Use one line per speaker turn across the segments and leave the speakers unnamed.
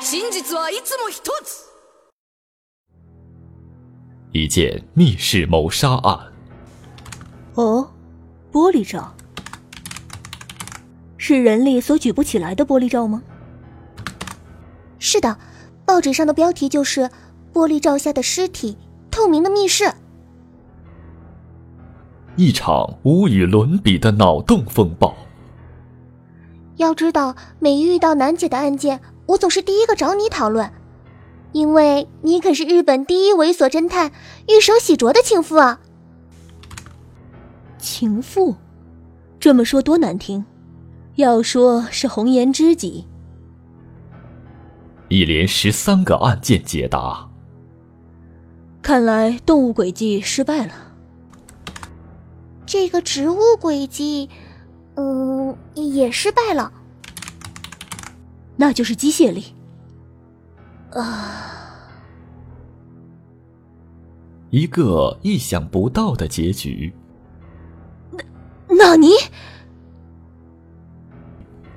真実はいつも一つ
一件密室谋杀案，
哦，玻璃罩，是人力所举不起来的玻璃罩吗？
是的，报纸上的标题就是“玻璃罩下的尸体，透明的密室
一场无与伦比的脑洞风暴。”。
要知道，每遇到难解的案件，我总是第一个找你讨论，因为你可是日本第一猥琐侦探、玉手洗濯的情妇啊！
情妇，这么说多难听，要说是红颜知己，
一连十三个案件解答，
看来动物诡计失败了。
这个植物轨迹，嗯，也失败了。
那就是机械力。呃
一个意想不到的结局。
纳尼？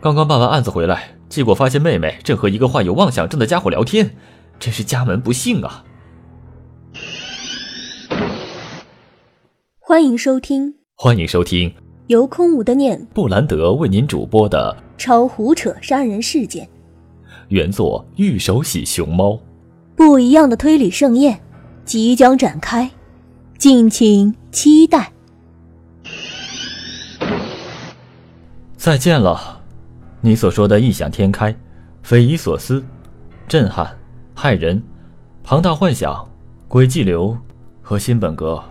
刚刚办完案子回来，结果发现妹妹正和一个患有妄想症的家伙聊天，真是家门不幸啊！
欢迎收听
欢迎收听
由空无的念
布兰德为您主播的
超胡扯杀人事件，
原作《玉手洗熊猫》，
不一样的推理盛宴即将展开，敬请期待。
再见了。你所说的异想天开、匪夷所思、震撼、骇人、庞大幻想、轨迹流和新本格，